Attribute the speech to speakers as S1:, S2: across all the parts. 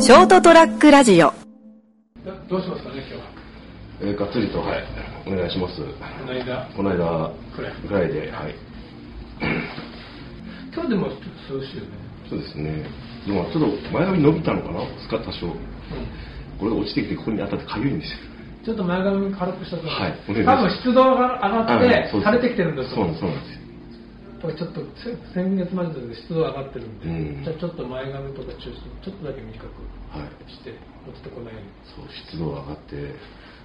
S1: ショートトラックラジオ
S2: どうしますかね、今日は。
S3: えー、がっつりと、はい、お願いします。
S2: この間、
S3: この間
S2: くらい。
S3: ぐらいで、はい、
S2: 今日でもちょっと涼しいよね。
S3: そうですね。でも、ちょっと前髪伸びたのかな、使った少。これが落ちてきて、ここに当たってかゆいんですよ。
S2: うん、ちょっと前髪軽くしたと思う
S3: はい
S2: 多分湿度が上がって、
S3: そうで
S2: 垂
S3: す
S2: れてきてるんだと
S3: そう
S2: 思
S3: な
S2: うん
S3: です、そうなんですよ。
S2: これちょっとせ先月までの時湿度上がってるんで、
S3: うん
S2: じゃあちょっと前髪とか中心、ちょっとだけ短く
S3: はい。
S2: して、落ちてこないように。
S3: そう、湿度が上がって、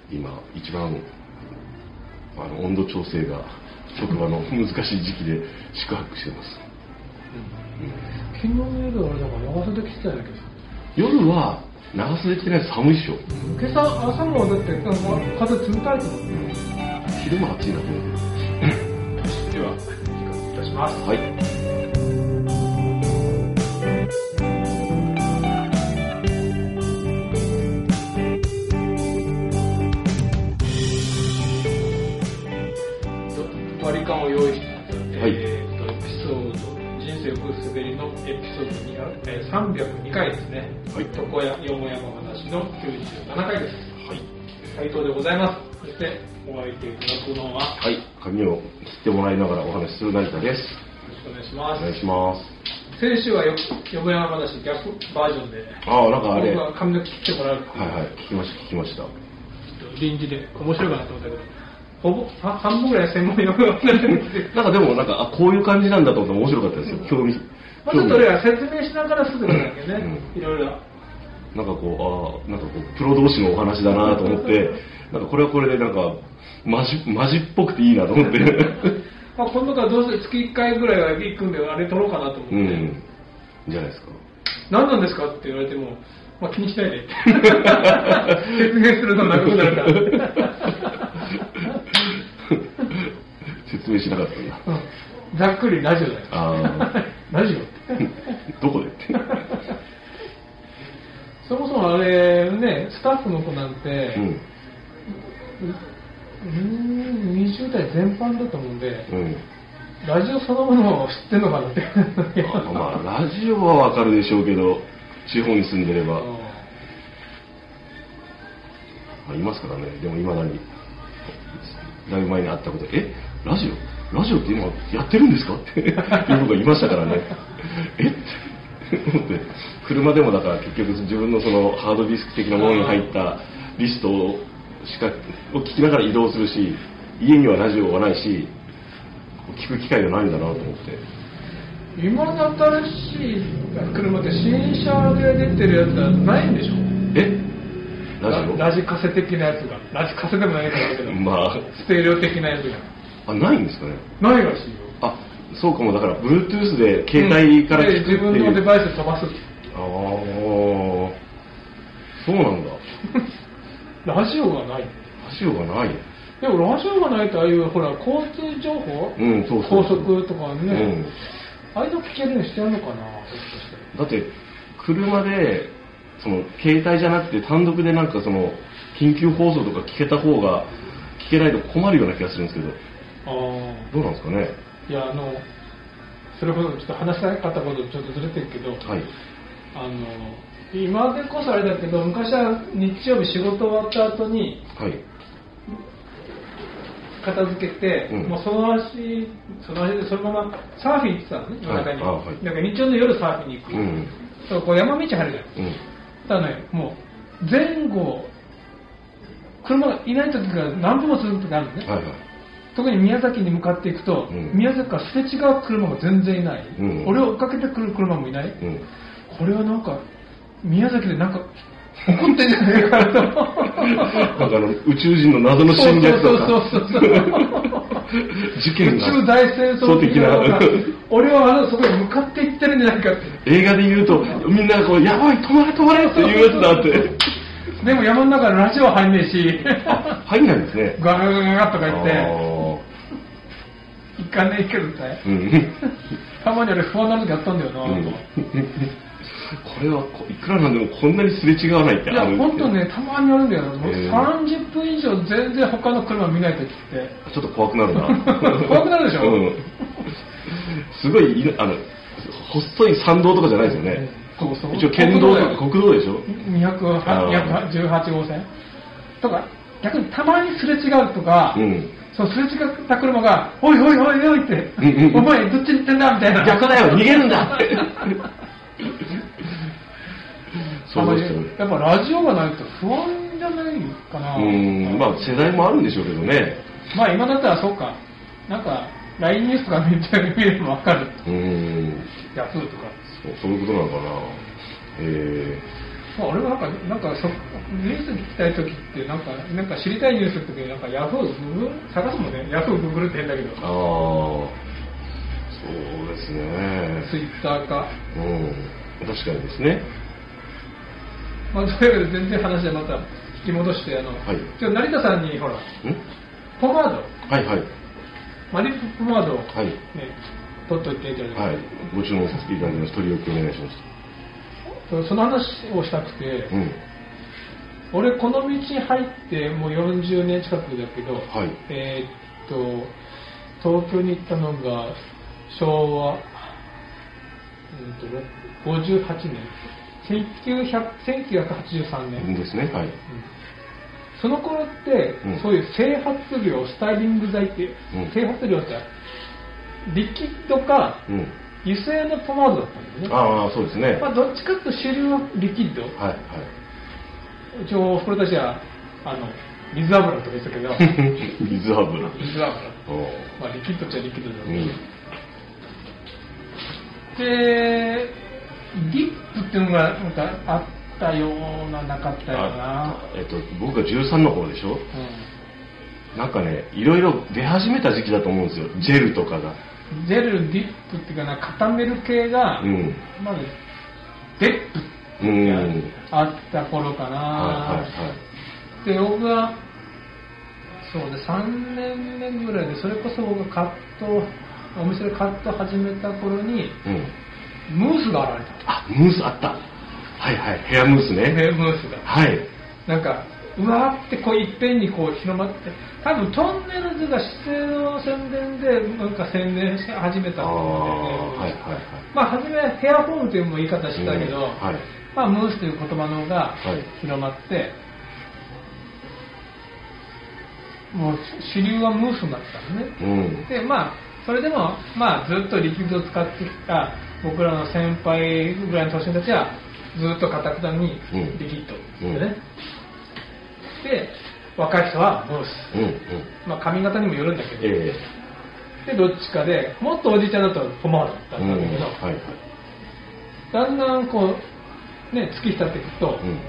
S3: 今、一番、あの、温度調整が、職場の難しい時期で宿泊してます。
S2: 昨日の夜、俺なんか長袖着てたんだけどさ
S3: 夜は、長袖着てないと寒いっしょ。
S2: 今朝、朝もだって、なんか風冷たいと思って。
S3: 昼も暑いなと思って。
S2: では、いたします。
S3: はい。
S2: 割り勘を用意してます、
S3: はい
S2: えーとエピソード人生よく滑りのエピソード200えー302回ですね、
S3: はい
S2: 床屋よもやま話の97回です
S3: はい。
S2: 斉藤でございますそしてお相手いただくのはよ
S3: はい、髪を切ってもらいながらお話しする成田です。
S2: ろしくお願いし
S3: お
S2: ます
S3: 願いします。
S2: 先週はよよもやま話逆バージョンで
S3: ああ、なんかあれ、
S2: 僕
S3: は
S2: は髪の毛切ってもらうって
S3: い
S2: いう
S3: はい、聞きました、聞きました。
S2: ちょっと臨時で面白いかなと思ったけどほぼは半分ぐらい専門用語になってるんですよ
S3: なんかでも、なんか、あ、こういう感じなんだと思ったら面白かったですよ。興味。
S2: まあちょ
S3: 興
S2: っ
S3: 味
S2: と俺は説明しながらすぐなんだけどね、
S3: う
S2: いろいろ
S3: なんかこう、ああ、なんかこう、プロ同士のお話だなと思って、なんかこれはこれでなんか、マジ、マジっぽくていいなと思 って。
S2: まあ、今度からどうせ月1回ぐらいは行くんで、あれ取ろうかなと思って、
S3: うん。じゃないですか。
S2: 何なんですかって言われても、まあ、気にしない でって説明するの長くなるから、
S3: 説明しなかったんだ。
S2: うんざっくりラジオだよ、
S3: ああ、
S2: ラジオって
S3: どこ でって。
S2: そもそもあれね、スタッフの子なんて、
S3: う
S2: うん
S3: ん。
S2: 20代全般だと思うんで、
S3: うん。
S2: ラジオそのものを知ってんのかなって、
S3: あまあ、ラジオはわかるでしょうけど、地方に住んでれば、あいますからね、でもいまだに、だいぶ前に会ったことで、えラジオラジオって今やってるんですかっていう子がいましたからね、えって思って、車でもだから結局、自分のそのハードディスク的なものに入ったリストをしかを聞きながら移動するし、家にはラジオはないし、聞く機会がないんだなと思って。
S2: 今の新しい車って新車で出てるやつはないんでしょ
S3: えラジオ
S2: ラジカセ的なやつがラジカセでもないかだけど、
S3: まあ
S2: ステレオ的なやつ
S3: あないんですかね
S2: がないらしいよ
S3: あそうかもだから Bluetooth で携帯から
S2: で
S3: 聞く
S2: 自
S3: って
S2: 分
S3: いう、
S2: のデバイスで飛ばす
S3: ああそうなんだ
S2: ラジオがない
S3: ラジオがない
S2: でもラジオがないとああいうほら交通情報、
S3: うんそうそ
S2: 高
S3: う
S2: 速とか
S3: う
S2: ね、
S3: ん
S2: ああいうの聞けるようにしてるのかなひょっとして
S3: だって車でその携帯じゃなくて単独でなんかその緊急放送とか聞けた方が聞けないと困るような気がするんですけど
S2: ああ
S3: どうなんですかね
S2: いやあのそれこそちょっと話しなかったことちょっとずれてるけど、
S3: はい
S2: あの今でこそあれだけど昔は日曜日仕事終わった後に
S3: はい
S2: 片付けて、
S3: うん
S2: もうその足その足でそのままサーフィン行ってたのね夜中に、
S3: はいあはい
S2: だから日曜の夜サーフィンに行く、
S3: うん
S2: そうこう山道入るじゃん
S3: うん
S2: だからねもう前後車がいない時が何分も続く時があるのね、
S3: はいはい
S2: 特に宮崎に向かっていくと、
S3: うん
S2: 宮崎からすれ違う車が全然いない、
S3: うん
S2: 俺を追っかけてくる車もいない、
S3: うん
S2: これはなんか宮崎で なんか怒ってんじゃないかな
S3: なん
S2: と
S3: かあの宇宙人の謎の侵略とか
S2: そうそうそうそう
S3: 事
S2: 宇
S3: 件が
S2: 宙大戦争的なのが
S3: そう的な
S2: 俺はあのそこに向かっていってるんじゃないかって
S3: 映画で言うとみんながこう「やばい止まれ止まれ」って言うやつだって
S2: でも山の中のラジオ入んねえし
S3: あ入んないんですね
S2: ガガガガガとか言って
S3: あー
S2: 行かねえけどみたい
S3: うん
S2: たまに俺不安な時あったんだよな、
S3: うんこれはこいくらなんでもこんなにすれ違わないって
S2: いや
S3: ある
S2: 本当ねたまにあるんだよな、
S3: へえ
S2: 30分以上全然他の車見ない時って
S3: ちょっと怖くなるな
S2: 怖くなるでしょ
S3: うん、すごいいあの細い参道とかじゃないですよね、
S2: そうそう
S3: 一応県道とか
S2: 国
S3: 国道でしょあー
S2: 218号線とか逆にたまにすれ違うとか、
S3: うん
S2: そうすれ違った車が「おいおいおいおい」って
S3: うんうん
S2: 「
S3: うん
S2: お前どっちに行ってんだ」みたいな
S3: 逆だよ逃げる んだって
S2: あ
S3: そ
S2: ま
S3: う
S2: り
S3: ですよね
S2: やっぱラジオがないと不安じゃないかな
S3: うんまあ世代もあるんでしょうけどね
S2: まあ今だったらそうかなんか LINE ニュースとかめっちゃ見ればわかる
S3: うん
S2: ヤフーとか
S3: そうそういうことなのかなえ
S2: まあ、俺はなんか、なんかそニュース聞きたいときってなんか、なんか知りたいニュースのときに、なんかヤフー、グーグル探すもんね。ヤフー、グーグルって変だけど
S3: ー、あ、あそうですね
S2: ツイッターか。
S3: うん確かにですね
S2: まあ、というわけで全然話はまた引き戻して、あの、
S3: はい
S2: ちょっと成田さんに、ほら、
S3: ん
S2: ポマード、
S3: はいはい
S2: マリップポマードを、ね
S3: はい
S2: 取っといていただいて、
S3: はいご注文させていただきます取り置きお願いします
S2: そその話をしたくて、
S3: うん
S2: 俺、この道に入ってもう40年近くだけど、
S3: はい
S2: えーっと、東京に行ったのが昭和、うんとね58年、1900 1983年、うん
S3: ですねはい
S2: その頃って、
S3: うん
S2: そういう整髪料、スタイリング剤って、
S3: うん
S2: 整髪料ってリキッドか
S3: うん
S2: 油性のポマードだったんだよね。
S3: ああそうですね
S2: ま
S3: は
S2: あ、どっちかっていうと主流はリキッド、
S3: いはいう
S2: ちのおふくろたちはあの水油とか言ってたけど、
S3: 水油
S2: 水油。まあ、リキッドっちゃリキッドだ
S3: うん
S2: で、リップっていうのがなんかあったような、なかったよう
S3: あ
S2: な。
S3: えっと僕が13の頃でしょ
S2: う
S3: なんかねいろいろ出始めた時期だと思うんですよジェルとかが
S2: んジェル、リップっていうかな、固める系が、
S3: うん
S2: まあ、デップ
S3: う
S2: ってや
S3: ん
S2: あった頃かな。
S3: はいはいはい
S2: で、僕は、そうね、3年目ぐらいで、それこそ僕がカット、お店でカット始めた頃に、
S3: うん
S2: ムースが現れ
S3: あムースあったはいはいヘアムース
S2: た。
S3: ね
S2: ねムースが。
S3: はい
S2: なんか、うわーってこういっぺんにこう広まって、多分トンネルズが指定の宣伝でなんか宣伝し始め
S3: あ
S2: た
S3: あ
S2: と思うんだ
S3: はい
S2: よね。
S3: はいはい
S2: まあ、初めはヘアフォームという言い方したけど、
S3: うんはい
S2: まあ、ムースという言葉の方が
S3: はい
S2: 広まって、もう主流はムースになったのね。
S3: うん
S2: で、まあ、それでも、まあ、ずっとリキッドを使ってきた僕らの先輩ぐらいの年の人たちは、ずっとかたくなに
S3: うん
S2: リキッドって
S3: うん
S2: ね。で、若い人はムース。
S3: うんうん
S2: まあ、髪型にもよるんだけど、
S3: え
S2: で、どっちかで、もっとおじいちゃんだとポマードだった
S3: え
S2: ん
S3: うん
S2: だけど、
S3: はいはい
S2: だんだんこう、ね、月日経っていくと、
S3: うん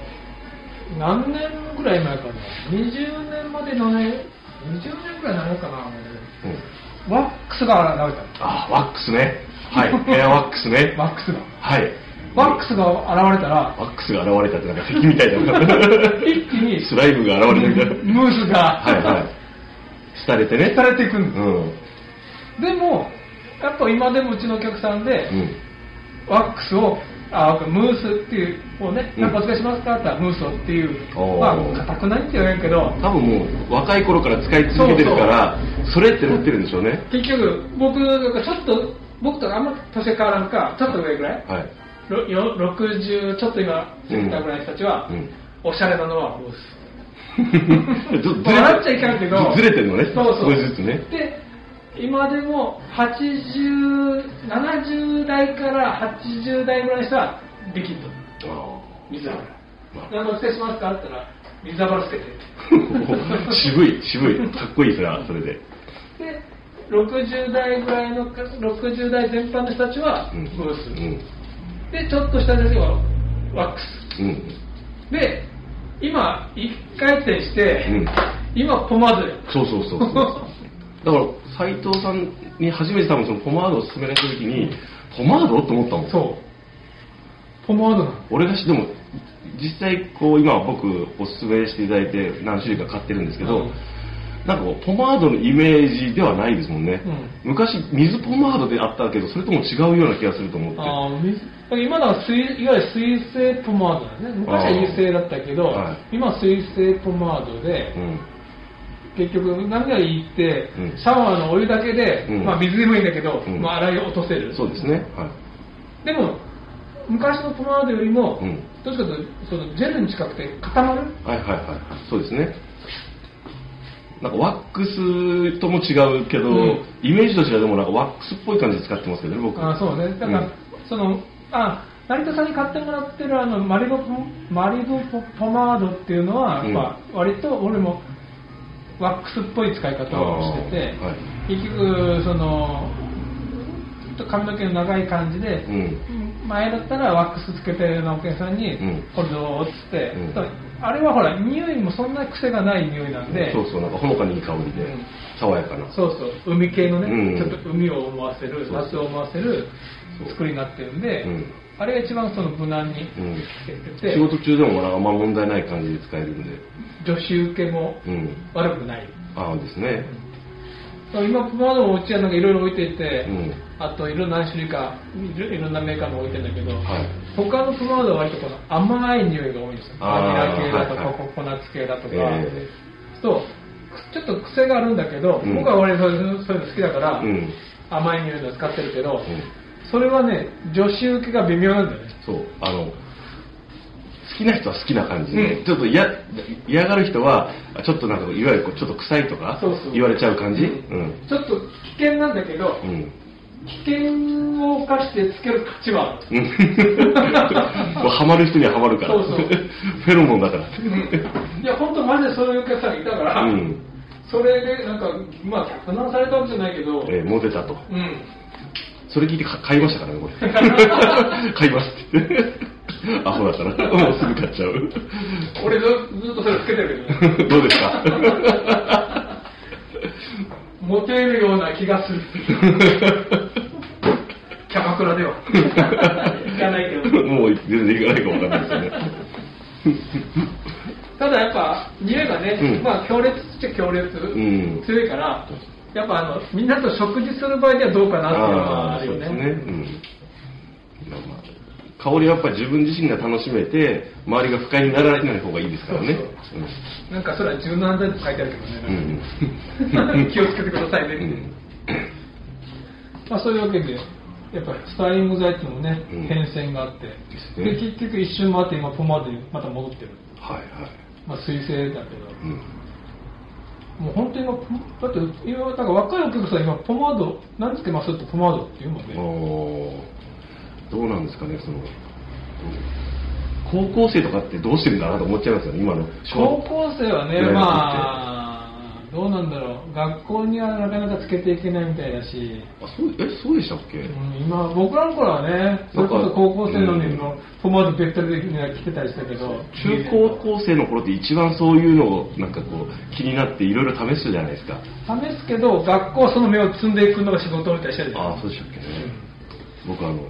S2: 何年ぐらい前かな、20年までのね、20年ぐらいなのかな、も
S3: うん
S2: うワックスが現れ
S3: あワックスね はいヘアワックスね
S2: たの、ワックスが。
S3: はい
S2: ワックスが現れたら、
S3: ワックスが現れたってなんか敵みたいな
S2: 一気に
S3: スライムが現れたみた いな
S2: ムースが、
S3: はいはい廃れてね
S2: されていくん
S3: う
S2: です。で
S3: ん
S2: も、やっぱ今でもうちのお客さんで、
S3: うん
S2: ワックスを、あムースっていう、こうね、
S3: うん
S2: なんかお使いしますかって言ったら、ムースをっていう、
S3: おー
S2: まあ、かたくないって言われんけど、
S3: 多分もう若い頃から使い続けてるからそれってなってるんでしょうね
S2: 結局、僕がちょっと、僕とあんま年変わらんか、ちょっと上ぐらい、
S3: はい
S2: ろよ60ちょっと今過ぎたぐらいの人たちは、
S3: うん
S2: おしゃれなのはムース。
S3: ずずれて
S2: 笑っちゃいけないけど
S3: ずずれてるのね
S2: そうそう
S3: 少しずつね
S2: で今でも8070代から80代ぐらいの人はリキッド
S3: ああ
S2: 水油
S3: まあ
S2: 何のおしてしますかって言ったら水油捨て て
S3: 渋い渋いかっこいいそれはそれで
S2: で60代ぐらいの60代全般の人たちは
S3: うん
S2: ブース、
S3: うん
S2: でちょっとした時はワックス
S3: うん
S2: で今一回転して、
S3: うん
S2: 今ポマード よ
S3: そうそうそうそうだから斎藤さんに初めて多分そのポマードを勧められた時にポマードと思ったもん
S2: そうポマードなの
S3: 俺がしでも実際こう今僕おすすめしていただいて何種類か買ってるんですけど、
S2: うん
S3: なんかこうポマードのイメージではないですもんね、
S2: う
S3: 昔水ポマードであったけどそれとも違うような気がすると思って
S2: あー水今のは水いわゆる水性ポマードだね昔は油性だったけど、
S3: はい
S2: 今は水性ポマードで、
S3: うん
S2: 結局何がいいって、
S3: うん
S2: シャワーのお湯だけで、
S3: うん
S2: まあ、水でもいいんだけど、
S3: うん
S2: まあ、洗い落とせる
S3: そうですねはい
S2: でも昔のポマードよりも、
S3: うん
S2: どっちかというとそのジェルに近くて固まる
S3: はいはいはいはいそうですねなんかワックスとも違うけど、
S2: うん
S3: イメージとしてはでもなんかワックスっぽい感じで使ってますけどね僕
S2: あそうねだから、
S3: うん
S2: そのあ成田さんに買ってもらってるあのマリボポマリボポポマードっていうのは、
S3: うん
S2: まあ、割と俺もワックスっぽい使い方をしてて、
S3: あーはい
S2: 結局そのちょっと髪の毛の長い感じで、
S3: うん
S2: 前だったらワックスつけてるようなお客さんに
S3: うん
S2: 「これどう?」っつって、
S3: うん
S2: あれはほら匂いもそんな癖がない匂いなんで、
S3: そうそうなんかほのかにいい香りで、
S2: うん
S3: 爽やかな
S2: そうそう海系のね、
S3: うん
S2: ちょっと海を思わせる
S3: そう
S2: 夏を思わせる
S3: そう
S2: 作りになってるんで、
S3: うん
S2: あれが一番その無難に
S3: うん
S2: つけてて、
S3: 仕事中でもなんかあんま問題ない感じで使えるんで
S2: 女子受けも
S3: うん
S2: 悪くない、
S3: ああですね
S2: 今ポマードもお家はなんかいろいろ置いてて、
S3: うん
S2: あといろんな何種類かいろいろんなメーカーも置いてるんだけど、
S3: はい
S2: 他のプマードは割とこの甘い匂いが多いんですよ
S3: あ
S2: バ
S3: ー
S2: ニラ系だとか、
S3: はいはい
S2: ココナッツ系だとか、
S3: え
S2: とちょっと癖があるんだけど、
S3: うん
S2: 僕は割とそういうそういうの好きだから、
S3: ー、うん
S2: 甘い匂いの使ってるけど、
S3: うん
S2: それはね女子受けが微妙なんだよね
S3: そうあの好きな人は好きな感じで、
S2: うん
S3: ちょっと嫌嫌がる人はちょっとなんかいわゆるこうちょっと臭いとか
S2: そうそう
S3: 言われちゃう感じ
S2: うんちょっと危険なんだけど、
S3: うん、うん
S2: 危険を犯してつける価値はある
S3: うん もうハマる人にはハマるから
S2: そうそう
S3: フェロモンだから
S2: いや本当マジでそういうお客さんがいたから、
S3: うん、
S2: それでなんかまあ客難されたわけじゃないけど、
S3: えーモテたと
S2: うん
S3: それ聞いてか買いましたからねこ れ買いますって アホだからもうすぐ買っちゃう
S2: 俺ずずっとそれつけてるけどね
S3: どうですか
S2: モテるような気がするキャバクラ では行かないけど
S3: もう全然いかないかわかんないですよね
S2: ただやっぱ匂いがね、
S3: うん
S2: まあ強烈っちゃ強烈、
S3: ん
S2: 強いからやっぱあのみんなと食事する場合にはどうかなっていうのは
S3: あ
S2: あ
S3: あ
S2: る
S3: そ
S2: よ
S3: う
S2: ね
S3: ですね、うんまあまあ、香りはやっぱり自分自身が楽しめて周りが不快にならない方がいいですからね
S2: そうなんかそれは柔軟だって書いてあるけどね、
S3: うん
S2: 気をつけてくださいね、
S3: うんうん
S2: まあ、そういうわけでやっぱりスタイリング剤っていうのもね、
S3: うん
S2: 変遷があって
S3: すね
S2: で結局一瞬回って今ポマードにまた戻ってる
S3: はいはい、
S2: まあ水性だけど
S3: うん、
S2: もう本当に今ポだって今なんか若いお客さん今ポマード何つけますってポマードって言うもんね
S3: おーどうなんですかねその高校生とかってどうしてるんだなと思っちゃいますよね今の
S2: 高校生はね
S3: 大学って
S2: まあどうなんだろう学校にはなかなかつけていけないみたいだし、
S3: あそうえそうでしたっけ、
S2: うん今僕らの頃はねそれこそ高校生なのにもうポマードべったりで着てたりしたけど
S3: 中高校生の頃って一番そういうのをなんかこう気になっていろいろ試すじゃないですか
S2: 試すけど学校はその目を積んでいくのが仕事みたいにしてるじゃん
S3: ああそうでしたっけね、僕あの、はい、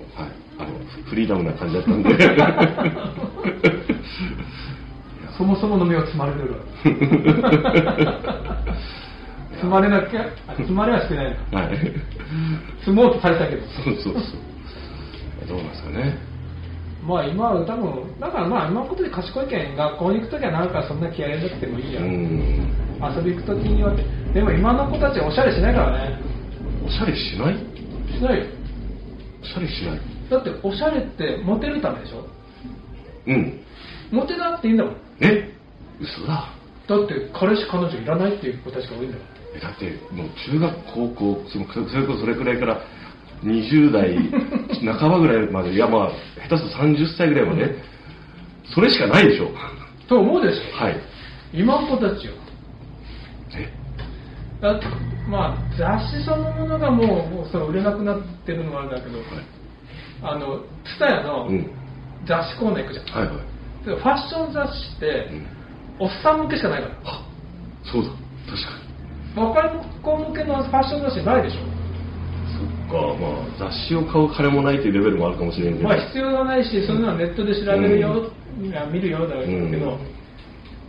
S3: あのフリーダムな感じだったんで
S2: そもそもの目を積まれるよ 積まれなきゃあ積まれはしてないのか
S3: はい
S2: 積もうとされたけど
S3: そうそうそうどうなんですかね
S2: まあ今は多分だからまあ今のことで賢いけん学校に行くときはなんかそんな気合い入れなくてもいいや、
S3: うん
S2: 遊び行くときにはでも今の子たちはおしゃれしないからね
S3: おしゃれしない
S2: しないよ
S3: おしゃれしない
S2: だっておしゃれってモテるためでしょ
S3: うん
S2: モテなくていいんだもん
S3: え嘘だ
S2: だって彼氏彼女いらないっていう子たちが多いんだか
S3: えだってもう中学高校そのそれこそそれくらいから20代 半ばぐらいまでいやまあ下手すると30歳ぐらいまで、それしかないでしょ
S2: らと思うでしょ
S3: はい
S2: 今の子たちよ
S3: え
S2: だまあ雑誌そのものがもうもうそれ売れなくなってるのもあるんだけど、あの TSUTAYA の
S3: うん
S2: 雑誌コーナー行くじゃん、
S3: はいはい
S2: でもファッション雑誌って、
S3: うん
S2: おっさん向けしかないから
S3: あそうだ確かに
S2: 若い子向けのファッション雑誌ないでしょ
S3: そっかまあ雑誌を買う金もないというレベルもあるかもしれんけど、
S2: まあ必要がないしそういうのはネットで調べるよ、いや見るようだけど、
S3: うん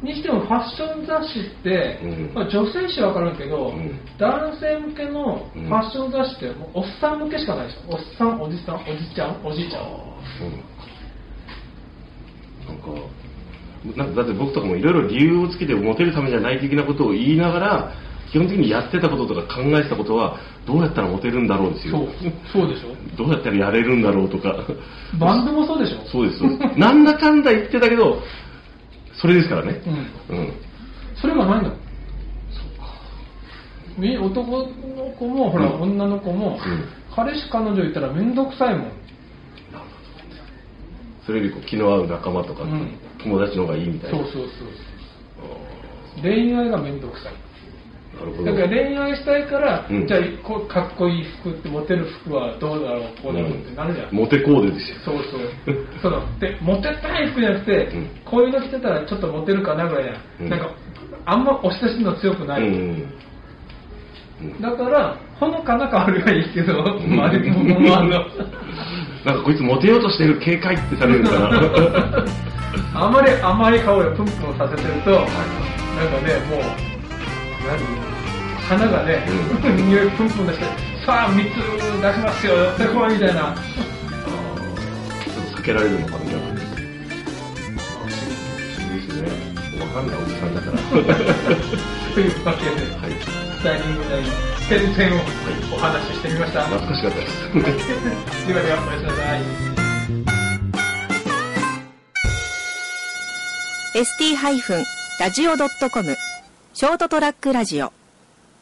S2: にしてもファッション雑誌って、
S3: うん
S2: まあ、女性誌は分かるけど、
S3: うん
S2: 男性向けのファッション雑誌ってもうおっさん向けしかないでしょおっさんおじさんおじちゃんおじいちゃん
S3: うんなんかなんかだって僕とかもいろいろ理由をつけてモテるためじゃない的なことを言いながら基本的にやってたこととか考えてたことはどうやったらモテるんだろうですよ
S2: そうそうでしょ
S3: どうやったらやれるんだろうとか
S2: バンドもそうでしょ
S3: そうですそうですなんだかんだ言ってたけどそれですからね
S2: うん
S3: うん
S2: それがないんだもんみ男の子もほら、
S3: うん
S2: 女の子も、
S3: ん
S2: 彼氏彼女いたら面倒くさいもん
S3: それよりこう気の合う仲間とか、
S2: うん
S3: 友達の方がいいみ
S2: そ
S3: た
S2: う
S3: いな
S2: そうそうそう恋愛が面倒くさい
S3: あーなるほど
S2: だから恋愛したいから、
S3: うん
S2: じゃあこうかっこいい服ってモテる服はどうだろうこうだろうってなるじゃん、
S3: モテコーデですよ
S2: そうそうそのでモテたい服じゃなくて、
S3: うん
S2: こういうの着てたらちょっとモテるかなぐらいや、
S3: うん
S2: なんかあんま押し出しの強くない、
S3: うんうん
S2: だからほのかな香りはいいけど
S3: うん
S2: 周りももあの
S3: なんかこいつモテようとしてる警戒ってされるから
S2: あまり甘い香りをプンプンさせてるとなんかねもう何花がね、匂いプンプン出してさあ3つ出しますよ寄ってこいみたいな
S3: あーちょっと避けられるのかみたいなですねわかんないおじさんだから は
S2: というわけで
S3: い
S2: ダイニングダイニング点線をお話ししてみました、
S3: 懐かしかったで す
S2: ではではおやすみなさい
S1: ST-radio.com ショートトラックラジオ